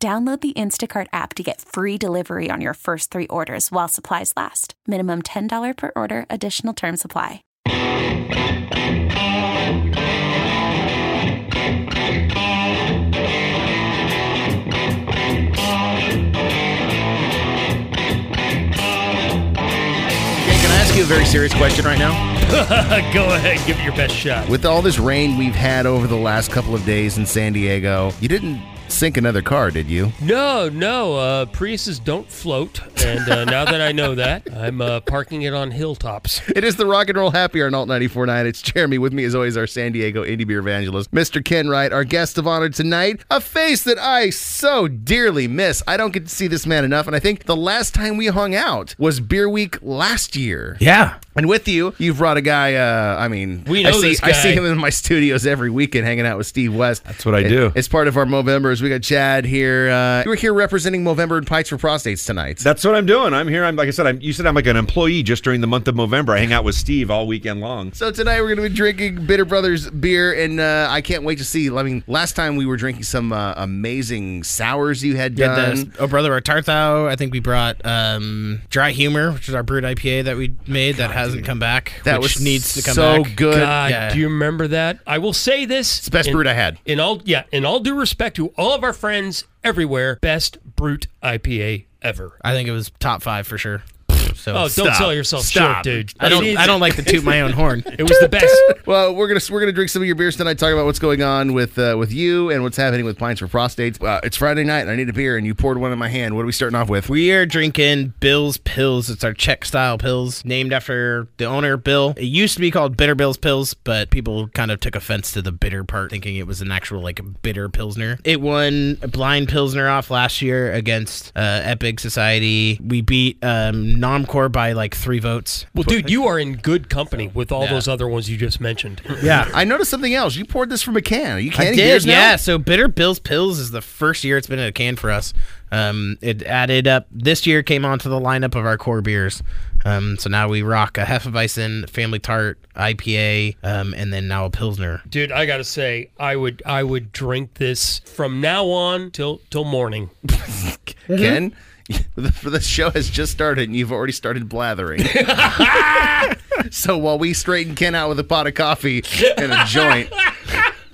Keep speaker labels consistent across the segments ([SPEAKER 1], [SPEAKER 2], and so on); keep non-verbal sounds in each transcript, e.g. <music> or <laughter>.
[SPEAKER 1] Download the Instacart app to get free delivery on your first three orders while supplies last. Minimum $10 per order, additional term supply.
[SPEAKER 2] Hey, can I ask you a very serious question right now?
[SPEAKER 3] <laughs> Go ahead, give it your best shot.
[SPEAKER 2] With all this rain we've had over the last couple of days in San Diego, you didn't sink another car, did you?
[SPEAKER 3] No, no, uh, Priuses don't float, and uh, now that I <laughs> know that, I'm uh, parking it on hilltops.
[SPEAKER 2] It is the Rock and Roll Happy Hour on Alt 94.9. It's Jeremy. With me, as always, our San Diego indie beer evangelist, Mr. Ken Wright, our guest of honor tonight. A face that I so dearly miss. I don't get to see this man enough, and I think the last time we hung out was Beer Week last year.
[SPEAKER 4] Yeah.
[SPEAKER 2] And with you, you've brought a guy. Uh, I mean,
[SPEAKER 3] We know
[SPEAKER 2] I see,
[SPEAKER 3] this
[SPEAKER 2] I
[SPEAKER 3] guy.
[SPEAKER 2] see him in my studios every weekend, hanging out with Steve West.
[SPEAKER 4] That's what I
[SPEAKER 2] It-
[SPEAKER 4] do.
[SPEAKER 2] It's part of our Movembers. We got Chad here. Uh, you were here representing Movember and Pikes for Prostates tonight.
[SPEAKER 4] That's what I'm doing. I'm here. I'm like I said. I'm, you said I'm like an employee just during the month of November. I hang out with Steve all weekend long.
[SPEAKER 2] so tonight we're going to be drinking Bitter Brothers beer, and uh, I can't wait to see. I mean, last time we were drinking some uh, amazing sours you had
[SPEAKER 5] Did
[SPEAKER 2] done.
[SPEAKER 5] the Oh Brother Our Tarthou. I think we brought um, Dry Humor, which is our brewed IPA that we made that hasn't come back.
[SPEAKER 2] that
[SPEAKER 5] which
[SPEAKER 2] was
[SPEAKER 5] needs to come
[SPEAKER 2] so
[SPEAKER 5] back.
[SPEAKER 2] good.
[SPEAKER 3] God,
[SPEAKER 5] Yeah.
[SPEAKER 3] Uh, do you remember that? I will say this:
[SPEAKER 2] It's the best
[SPEAKER 3] in,
[SPEAKER 2] brewed I had.
[SPEAKER 3] In all, yeah, in all due respect to all of our friends everywhere, best brute IPA ever.
[SPEAKER 5] I think it was top five for sure. So
[SPEAKER 3] Oh, don't sell yourself
[SPEAKER 2] Stop.
[SPEAKER 3] short, dude.
[SPEAKER 5] I
[SPEAKER 3] It
[SPEAKER 5] don't.
[SPEAKER 3] is-
[SPEAKER 5] I don't like to toot my own horn.
[SPEAKER 3] <laughs> It was the best.
[SPEAKER 2] Well, we're gonna we're gonna drink some of your beers tonight. Talk about what's going on with uh, with you and what's happening with Pints for Prostates. Uh, it's Friday night, and I need a beer, and you poured one in my hand. What are we starting off with?
[SPEAKER 5] We are drinking Bill's Pills. It's our Czech style pills, named after the owner, Bill. It used to be called Bitter Bill's Pills, but people kind of took offense to the bitter part, thinking it was an actual like bitter pilsner. It won Blind Pilsner off last year against uh, Epic Society. We beat um, Nomcore by like three votes.
[SPEAKER 3] Well, dude, you are in good company with all
[SPEAKER 5] Yeah.
[SPEAKER 3] those other ones you just mentioned.
[SPEAKER 5] Yeah.
[SPEAKER 2] I noticed something else. You poured this from a can. Are you canning
[SPEAKER 5] I
[SPEAKER 2] beers
[SPEAKER 5] did,
[SPEAKER 2] now?
[SPEAKER 5] yeah. So Bitter Bill's Pills is the first year it's been in a can for us. Um, it added up this year came onto the lineup of our core beers. Um, so now we rock a Hefeweizen, Family Tart, IPA, um, and then now a Pilsner.
[SPEAKER 3] Dude, I gotta say, I would I would drink this from now on till till morning. Mm-hmm.
[SPEAKER 2] Ken, <laughs> the, the show has just started and you've already
[SPEAKER 3] <laughs>
[SPEAKER 2] started blathering. so while we straighten Ken out with a pot of coffee and a
[SPEAKER 3] <laughs>
[SPEAKER 2] joint,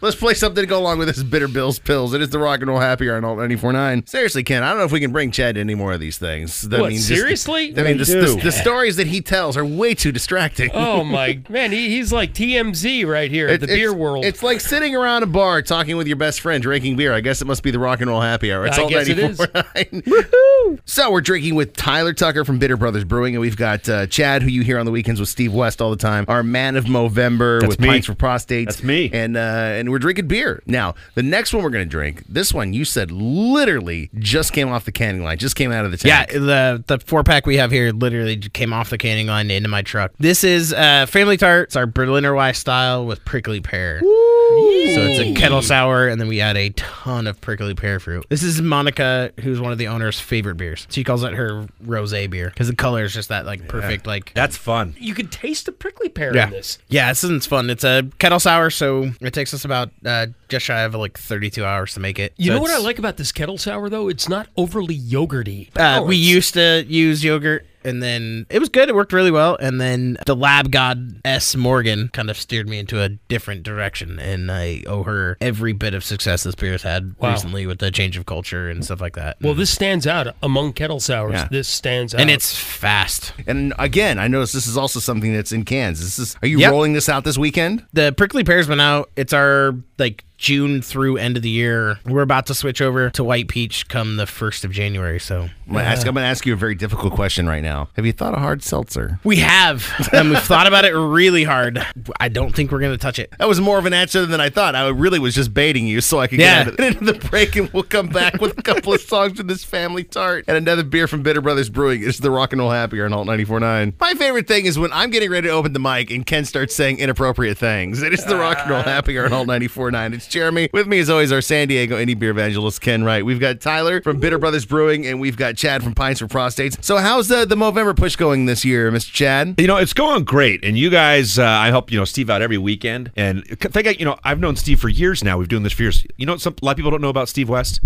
[SPEAKER 2] let's play something to go along with this Bitter Bill's Pills. It is the Rock and Roll Happy Hour on Alt 94.9. Seriously, Ken, I don't know if we can bring Chad to any more of these things. I
[SPEAKER 3] What,
[SPEAKER 2] just-
[SPEAKER 3] seriously?
[SPEAKER 2] I mean, the,
[SPEAKER 4] They
[SPEAKER 2] the,
[SPEAKER 4] do.
[SPEAKER 2] the stories that he tells are way too distracting.
[SPEAKER 3] Oh my <laughs> man, he, he's like TMZ right here,
[SPEAKER 2] It-
[SPEAKER 3] the beer
[SPEAKER 2] it's-
[SPEAKER 3] world.
[SPEAKER 2] It's like sitting around a bar talking with your best friend, drinking beer. I guess it must be the rock and roll happy hour. It's
[SPEAKER 3] I
[SPEAKER 2] all
[SPEAKER 3] guess it is.
[SPEAKER 2] 94.9.
[SPEAKER 3] <laughs>
[SPEAKER 2] So we're drinking with Tyler Tucker from Bitter Brothers Brewing, and we've got uh, Chad, who you hear on the weekends with Steve West all the time, our man of Movember
[SPEAKER 4] That's
[SPEAKER 2] with
[SPEAKER 4] me.
[SPEAKER 2] Pints for Prostates.
[SPEAKER 4] That's me.
[SPEAKER 2] And uh, and we're drinking beer. Now, the next one we're going to drink, this one you said literally just came off the canning line, just came out of the
[SPEAKER 5] Yeah,
[SPEAKER 2] tank.
[SPEAKER 5] the the four pack we have here literally j- came off the canning line into my truck. This is uh, Family Tart. It's our Berliner Weiss style with prickly pear. So it's a kettle sour, and then we add a ton of prickly pear fruit. This is Monica, who's one of the owner's favorite beers. She calls it her rosé beer because the color is just that like perfect like.
[SPEAKER 4] That's fun.
[SPEAKER 3] you can taste the prickly pear
[SPEAKER 5] yeah,
[SPEAKER 3] in this.
[SPEAKER 5] yeah, this isn't fun. It's a kettle sour, so it takes us about uh, just shy of like 32 hours to make it.
[SPEAKER 3] You
[SPEAKER 5] So
[SPEAKER 3] know what I
[SPEAKER 5] it's-
[SPEAKER 3] like about this kettle sour though? It's not overly yogurty.
[SPEAKER 5] Uh,
[SPEAKER 3] Oh,
[SPEAKER 5] we
[SPEAKER 3] it's-
[SPEAKER 5] used to use yogurt, and then it was good. It worked really well. And then the lab god S. Morgan kind of steered me into a different direction, and I owe her every bit of success this beer's had
[SPEAKER 3] Wow.
[SPEAKER 5] recently with the change of culture and stuff like that.
[SPEAKER 3] Well, uh, this stands out among kettle sours.
[SPEAKER 2] Yeah.
[SPEAKER 3] This stands out.
[SPEAKER 5] and it's fast.
[SPEAKER 2] And again, I noticed this is also something that's in cans. This is. Are you
[SPEAKER 5] Yep.
[SPEAKER 2] rolling this out this weekend?
[SPEAKER 5] The prickly pear's been out. It's our like June through end of the year. We're about to switch over to White Peach come the 1st of January. So
[SPEAKER 2] I'm gonna, ask, I'm gonna ask you a very difficult question right now. Have you thought of hard seltzer?
[SPEAKER 5] we have, and we've thought about it really hard. I don't think we're going to touch it.
[SPEAKER 2] That was more of an answer than I thought. I really was just baiting you so I could
[SPEAKER 5] Yeah.
[SPEAKER 2] get out of- <laughs> into the break, and we'll come back with a couple of songs from this family tart and another beer from Bitter Brothers Brewing. It's the Rock and Roll Happier on Alt 94.9. My favorite thing is when I'm getting ready to open the mic and Ken starts saying inappropriate things. It is the Rock and Roll Happier on Alt 94.9. It's Jeremy. With me, as always, our San Diego indie beer evangelist, Ken Wright. We've got Tyler from Bitter Brothers Brewing, and we've got Chad from Pines for Prostates. So, how's the, the Movember push going this year, Mr. Chad?
[SPEAKER 4] You know, it's going great, and you guys, uh, I help you know Steve out every weekend, and I think I, you know I've known Steve for years now. We've been doing this for years. You know, what some a lot of people don't know about Steve West.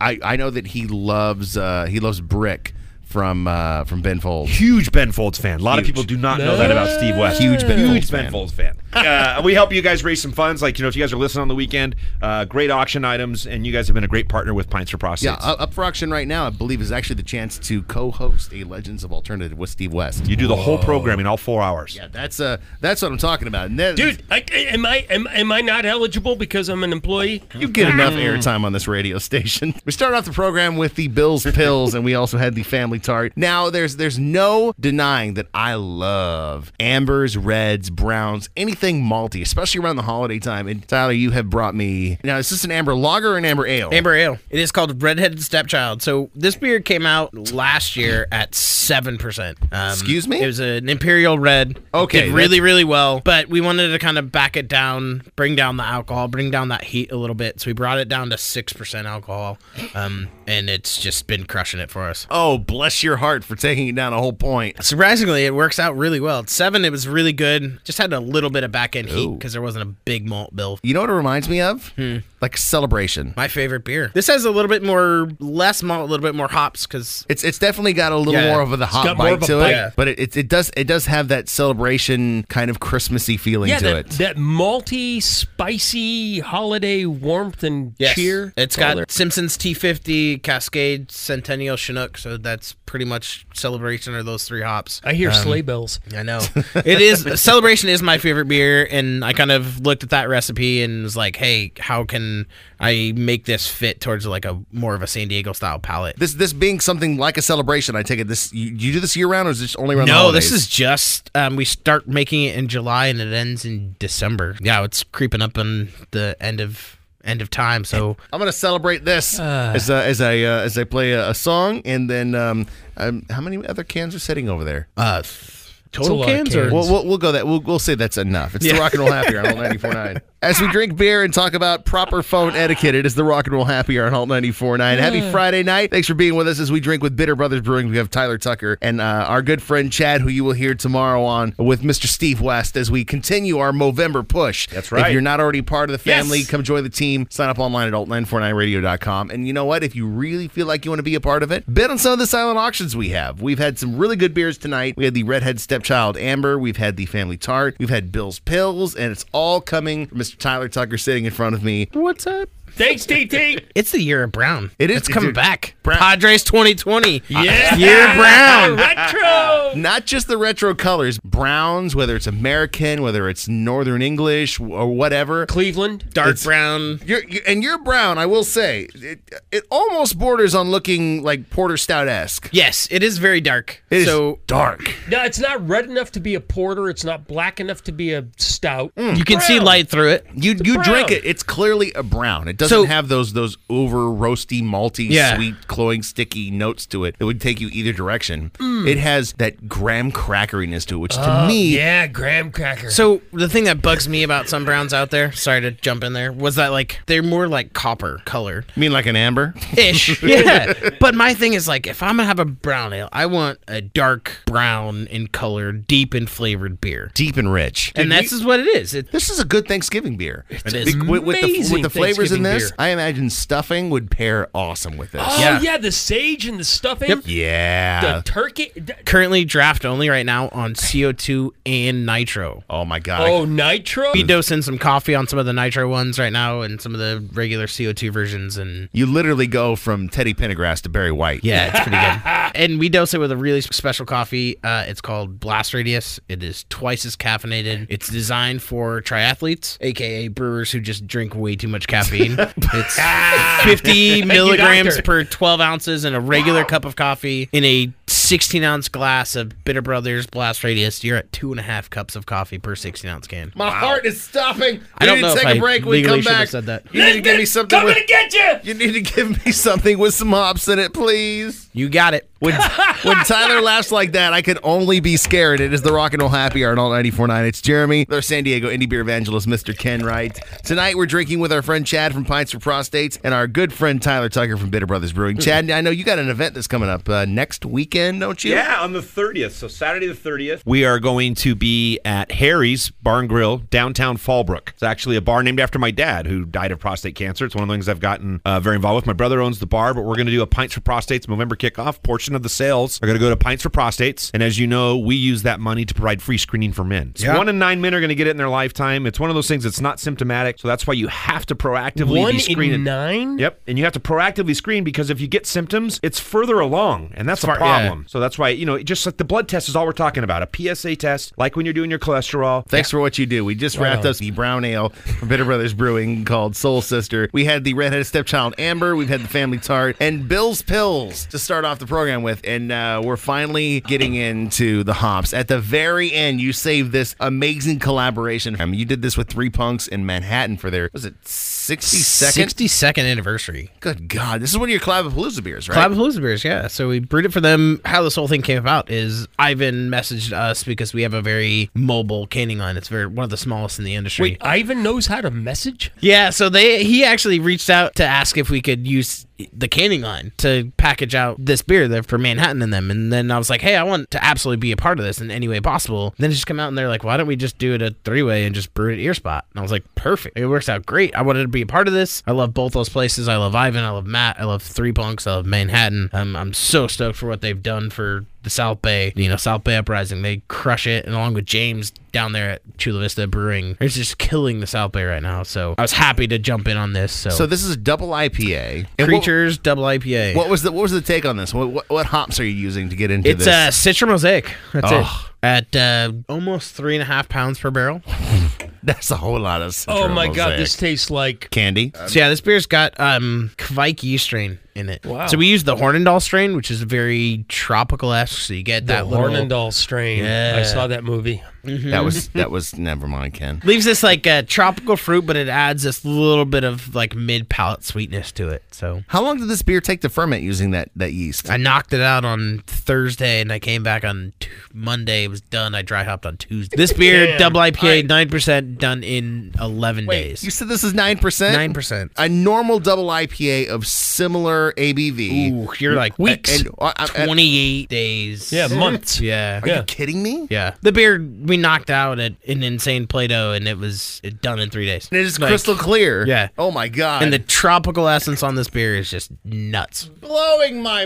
[SPEAKER 2] I, I know that he loves uh, he loves Brick from uh, from Ben Folds.
[SPEAKER 4] Huge Ben Folds fan. A lot of people do not know that about Steve West.
[SPEAKER 2] Huge Ben
[SPEAKER 4] Huge
[SPEAKER 2] Folds
[SPEAKER 4] Ben
[SPEAKER 2] fan.
[SPEAKER 4] Folds fan. uh, we help you guys raise some funds. Like you know, if you guys are listening on the weekend, uh, great auction items, and you guys have been a great partner with Pints for Prostates.
[SPEAKER 2] Yeah, uh, up up for auction right now, I believe, is actually the chance to co-host a Legends of Alternative with Steve West.
[SPEAKER 4] you do the whole program in all four hours.
[SPEAKER 2] yeah, that's uh, that's what I'm talking about, And that-
[SPEAKER 3] Dude, I, am I am, am I not eligible because I'm an employee?
[SPEAKER 2] You get enough airtime on this radio <laughs> station. We started off the program with the Bills Pills, and we also had the Family Tart. Now, there's there's no denying that I love ambers, reds, browns, anything malty, especially around the holiday time. And Tyler, you have brought me now. Is this an amber lager or an amber ale?
[SPEAKER 5] Amber Ale. It is called Redheaded Stepchild. So this beer came out last year at seven percent. Um,
[SPEAKER 2] Excuse me?
[SPEAKER 5] It was an imperial red.
[SPEAKER 2] Okay,
[SPEAKER 5] did really really well. But we wanted to kind of back it down, bring down the alcohol, bring down that heat a little bit. So we brought it down to six percent alcohol, um, and it's just been crushing it for us.
[SPEAKER 2] Oh, bless your heart for taking it down a whole point.
[SPEAKER 5] Surprisingly, it works out really well. At seven, it was really good. Just had a little bit of back end heat because there wasn't a big malt bill.
[SPEAKER 2] You know what it reminds me of?
[SPEAKER 3] Hmm.
[SPEAKER 2] Like celebration.
[SPEAKER 5] My favorite beer. This has a little bit more less malt, a little bit more hops because
[SPEAKER 2] It's it's definitely got a little
[SPEAKER 5] Yeah.
[SPEAKER 2] more of the hot
[SPEAKER 3] got more
[SPEAKER 2] bite
[SPEAKER 3] of a
[SPEAKER 2] to
[SPEAKER 3] bite.
[SPEAKER 2] it,
[SPEAKER 5] Yeah.
[SPEAKER 2] but it, it it does it does have that celebration kind of Christmassy feeling
[SPEAKER 3] Yeah,
[SPEAKER 2] to
[SPEAKER 3] that,
[SPEAKER 2] it.
[SPEAKER 3] that malty, spicy holiday warmth and cheer.
[SPEAKER 5] It's got Simpsons T50, Cascade, Centennial Chinook. So that's pretty much celebration or those three hops. <laughs>
[SPEAKER 3] I hear sleigh bells.
[SPEAKER 5] I know <laughs> it is celebration is my favorite beer, and I kind of looked at that recipe and was like, "Hey, how can I make this fit towards like a more of a San Diego style palate?"
[SPEAKER 2] this this being something like a celebration, I take it this you, you do this year round or is this only around the
[SPEAKER 5] No, this
[SPEAKER 2] holidays?
[SPEAKER 5] is just um, we start making it in July and it ends in December. Yeah, it's creeping up on the end of end of time. So
[SPEAKER 2] I'm gonna celebrate this as uh, as I uh, as I play a, a song and then um, um how many other cans are sitting over there?
[SPEAKER 5] uh, total
[SPEAKER 3] lot of
[SPEAKER 5] cans or
[SPEAKER 3] cans.
[SPEAKER 2] We'll, we'll, we'll go that we'll, we'll say that's enough. It's the Rock and Roll Happy Hour on Alt 94.9. <laughs> As we drink beer and talk about proper phone etiquette, it is the Rock and Roll Happy Hour on Alt 94.9. Happy Friday night! Thanks for being with us as we drink with Bitter Brothers Brewing. We have Tyler Tucker and uh, our good friend Chad, who you will hear tomorrow on with Mr. Steve West as we continue our Movember push.
[SPEAKER 4] That's right.
[SPEAKER 2] If you're not already part of the family,
[SPEAKER 3] Yes.
[SPEAKER 2] come join the team. Sign up online at alt949radio.com. And you know what? If you really feel like you want to be a part of it, bid on some of the silent auctions we have. We've had some really good beers tonight. We had the Redhead Stepchild Amber. We've had the Family Tart. We've had Bill's Pills. And it's all coming from Mr. Tyler Tucker sitting in front of me.
[SPEAKER 5] what's up?
[SPEAKER 3] Thanks, TT.
[SPEAKER 5] It's the <laughs> year of Brown.
[SPEAKER 2] It is
[SPEAKER 5] It's coming
[SPEAKER 2] dude,
[SPEAKER 5] back. Padres Uh, 2020.
[SPEAKER 3] Yeah.
[SPEAKER 5] Year of Brown.
[SPEAKER 3] Retro.
[SPEAKER 2] Not just the retro colors, browns, whether it's American, whether it's Northern English or whatever.
[SPEAKER 3] Cleveland.
[SPEAKER 5] Dark brown.
[SPEAKER 2] You're, you and you're brown, I will say. It, it almost borders on looking like Porter Stout esque.
[SPEAKER 5] Yes, it is very dark.
[SPEAKER 2] It is
[SPEAKER 5] so
[SPEAKER 2] dark.
[SPEAKER 3] No, it's not red enough to be a porter. It's not black enough to be a stout.
[SPEAKER 2] Mm.
[SPEAKER 5] you can see
[SPEAKER 3] brown.
[SPEAKER 5] light through it.
[SPEAKER 2] You you
[SPEAKER 3] brown.
[SPEAKER 2] drink it. It's clearly a brown. It doesn't
[SPEAKER 5] So-
[SPEAKER 2] have those those over roasty, malty,
[SPEAKER 5] Yeah.
[SPEAKER 2] sweet, cloying, sticky notes to it that would take you either direction. It has that graham crackeriness to it, which to me,
[SPEAKER 3] Mm. Oh, Yeah, graham cracker.
[SPEAKER 5] So the thing that bugs me about some browns out there, sorry to jump in there, was that like they're more like copper color
[SPEAKER 2] <laughs> I mean, like an amber.
[SPEAKER 5] ish. yeah. But my thing is like if I'm gonna have a brown ale, I want a dark brown in color, deep in flavored beer.
[SPEAKER 2] Deep and rich.
[SPEAKER 5] and this is what it is. It,
[SPEAKER 2] This is a good Thanksgiving beer. It
[SPEAKER 5] is
[SPEAKER 2] With, with the, with
[SPEAKER 3] amazing
[SPEAKER 2] the flavors
[SPEAKER 3] Thanksgiving
[SPEAKER 2] in this,
[SPEAKER 3] beer.
[SPEAKER 2] I imagine stuffing would pair awesome with this.
[SPEAKER 3] Oh <gasps> yeah.
[SPEAKER 5] Yeah.
[SPEAKER 3] the sage and the stuffing, the
[SPEAKER 2] Yeah.
[SPEAKER 3] turkey. d-
[SPEAKER 5] Currently draft only right now on CO2 and nitro.
[SPEAKER 2] Oh my god.
[SPEAKER 3] oh, nitro.
[SPEAKER 5] We dose in some coffee on some of the nitro ones right now and some of the regular CO2 versions and
[SPEAKER 2] You literally go from Teddy Pendergrass to Barry White.
[SPEAKER 5] Yeah, it's pretty good. and we dose it with a really special coffee. Uh, it's called Blast Radius. It is twice as caffeinated. It's designed for triathletes, aka brewers who just drink way too much caffeine. it's 50 milligrams
[SPEAKER 3] doctor.
[SPEAKER 5] per 12 ounces in a regular cup of coffee in a 16 ounce glass of Bitter Brothers Blast Radius. You're at two and a half cups of coffee per 16 ounce can.
[SPEAKER 2] My heart is stopping. We
[SPEAKER 5] I don't
[SPEAKER 2] need
[SPEAKER 5] know
[SPEAKER 2] to
[SPEAKER 5] if
[SPEAKER 2] take a
[SPEAKER 5] I
[SPEAKER 2] break. We
[SPEAKER 5] legally
[SPEAKER 2] come
[SPEAKER 5] should have
[SPEAKER 2] back.
[SPEAKER 5] said that.
[SPEAKER 2] You need to give me something.
[SPEAKER 3] Coming
[SPEAKER 2] With,
[SPEAKER 3] to get you.
[SPEAKER 2] you need to give me something with some hops in it, please.
[SPEAKER 5] You got it.
[SPEAKER 2] When, when Tyler laughs like that, I can only be scared. It is the Rock and Roll Happy Hour on All 94.9. It's Jeremy, their San Diego indie beer evangelist, Mr. Ken Wright. Tonight, we're drinking with our friend Chad from Pints for Prostates and our good friend Tyler Tucker from Bitter Brothers Brewing. Chad, I know you got an event that's coming up uh, next weekend, don't you?
[SPEAKER 4] Yeah, on the 30th. So Saturday the 30th, we are going to be at Harry's Bar and Grill, downtown Fallbrook. It's actually a bar named after my dad who died of prostate cancer. It's one of the things I've gotten uh, very involved with. My brother owns the bar, but we're going to do a Pints for Prostates November kickoff. Portion of the sales are going to go to Pints for Prostates. And as you know, we use that money to provide free screening for men. So one in nine men are going to get it in their lifetime. It's one of those things that's not symptomatic. So that's why you have to proactively
[SPEAKER 3] One
[SPEAKER 4] be screening.
[SPEAKER 3] in nine.
[SPEAKER 4] Yep. And you have to proactively screen because if you get symptoms, it's further along, and that's a problem. So that's why, you know, just like the blood test is all we're talking about a PSA test, like when you're doing your cholesterol.
[SPEAKER 2] Thanks for what you do. We just wrapped up the brown ale from Bitter Brothers Brewing called Soul Sister. We had the redheaded stepchild Amber. We've had the family tart and Bill's Pills to start off the program with. And uh, we're finally getting into the hops. At the very end, you saved this amazing collaboration. I mean, you did this with Three Punks in Manhattan for their, was it 60 second?
[SPEAKER 5] 62nd anniversary.
[SPEAKER 2] Good God. This is one of your Clavapalooza beers, right?
[SPEAKER 5] Club Palooza Beers, yeah. So we brewed it for them. How this whole thing came about is Ivan messaged us because we have a very mobile canning line. It's very one of the smallest in the industry.
[SPEAKER 3] Wait, Ivan knows how to message.
[SPEAKER 5] Yeah, so they he actually reached out to ask if we could use the canning line to package out this beer there for Manhattan in them. And then I was like, hey, I want to absolutely be a part of this in any way possible. then it just come out and they're like, why don't we just do it a three way and just brew it at Ear Spot? And I was like, perfect. It works out great. I wanted to be a part of this. I love both those places. I love Ivan. I love Matt. I love Three Punks. I love Manhattan. Um, I'm so stoked for what they've done for the South Bay, you know, South Bay Uprising. They crush it, and along with James down there at Chula Vista Brewing, it's just killing the South Bay right now. So I was happy to jump in on this. So,
[SPEAKER 2] So this is a double IPA. And what-
[SPEAKER 5] creatures double IPA.
[SPEAKER 2] What, was the what was the take on this? What, what, what hops are you using to get into
[SPEAKER 5] it's
[SPEAKER 2] this?
[SPEAKER 5] a uh, Citra Mosaic. That's
[SPEAKER 2] Ugh.
[SPEAKER 5] it. At uh, almost three and a half pounds per barrel.
[SPEAKER 2] <laughs> That's a whole lot of.
[SPEAKER 3] Oh my god,
[SPEAKER 2] Mosaic.
[SPEAKER 3] this tastes like
[SPEAKER 2] candy.
[SPEAKER 5] So yeah, this beer's got um Kvike yeast strain in it.
[SPEAKER 3] Wow.
[SPEAKER 5] So we use the Hornendahl strain, which is very tropical esque. So you get
[SPEAKER 3] that
[SPEAKER 5] that little
[SPEAKER 3] Hornendahl strain. I
[SPEAKER 5] Yeah.
[SPEAKER 3] saw that movie.
[SPEAKER 2] That was that was never mind, Ken.
[SPEAKER 5] leaves this like a tropical fruit, but it adds this little bit of like mid palate sweetness to it. So
[SPEAKER 2] How long did this beer take to ferment using that that yeast?
[SPEAKER 5] I knocked it out on Thursday, and I came back on t- Monday. It was done. I dry hopped on Tuesday. This beer,
[SPEAKER 3] Damn.
[SPEAKER 5] double
[SPEAKER 3] I-
[SPEAKER 5] IPA, nine percent, done in eleven
[SPEAKER 2] you
[SPEAKER 5] days.
[SPEAKER 2] said this is nine percent.
[SPEAKER 5] Nine percent.
[SPEAKER 2] A normal double IPA of similar ABV.
[SPEAKER 5] Ooh, you're like weeks.
[SPEAKER 2] And, uh, uh, uh,
[SPEAKER 5] Twenty-eight days.
[SPEAKER 3] Yeah, months.
[SPEAKER 5] Yeah.
[SPEAKER 2] are
[SPEAKER 3] Yeah.
[SPEAKER 2] you kidding me?
[SPEAKER 5] Yeah. The beer we knocked out at an insane Play Doh and it was done in three days.
[SPEAKER 2] And it is
[SPEAKER 5] Like,
[SPEAKER 2] crystal clear.
[SPEAKER 5] Yeah.
[SPEAKER 2] Oh my god.
[SPEAKER 5] And the tropical essence on this beer is just nuts.
[SPEAKER 2] blowing my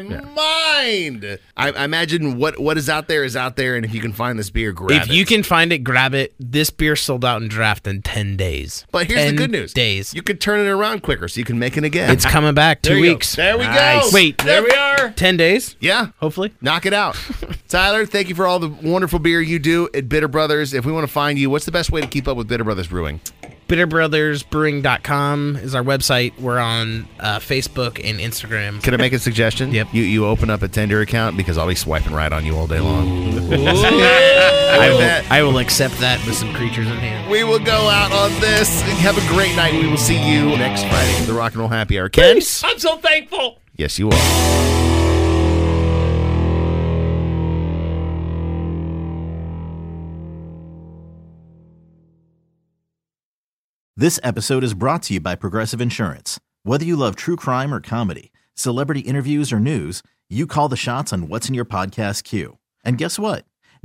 [SPEAKER 2] mind. I, I imagine what what is out there is out there, and if you can find this beer, grab
[SPEAKER 5] if
[SPEAKER 2] it.
[SPEAKER 5] you can find it, grab it. This beer sold out in draft in 10 days.
[SPEAKER 2] but here's the
[SPEAKER 5] 10
[SPEAKER 2] good news.
[SPEAKER 5] days.
[SPEAKER 2] You could turn it around quicker, so you can make it again. <laughs>
[SPEAKER 5] it's coming back two
[SPEAKER 3] There you go.
[SPEAKER 5] weeks.
[SPEAKER 2] there we go.
[SPEAKER 5] Nice. Wait.
[SPEAKER 3] There we are.
[SPEAKER 5] 10 days?
[SPEAKER 2] Yeah.
[SPEAKER 5] Hopefully.
[SPEAKER 2] Knock it
[SPEAKER 5] <laughs>
[SPEAKER 2] out. Tyler, thank you for all the wonderful beer you do at Bitter Brothers. If we want to find you, what's the best way to keep up with Bitter Brothers Brewing?
[SPEAKER 5] Bitterbrothersbrewing.com is our website. We're on uh, Facebook and Instagram.
[SPEAKER 2] Can
[SPEAKER 5] <laughs>
[SPEAKER 2] I make a suggestion?
[SPEAKER 5] Yep.
[SPEAKER 2] You you open up a Tinder account because I'll be swiping right on you all day long. <laughs> I bet.
[SPEAKER 5] I will accept that with some creatures in hand.
[SPEAKER 2] We will go out on this. Have a great night. We will see you next Friday for the Rock and Roll Happy Hour. Ken?
[SPEAKER 3] I'm so thankful.
[SPEAKER 2] Yes, you are.
[SPEAKER 6] This episode is brought to you by Progressive Insurance. Whether you love true crime or comedy, celebrity interviews or news, you call the shots on what's in your podcast queue. And guess what?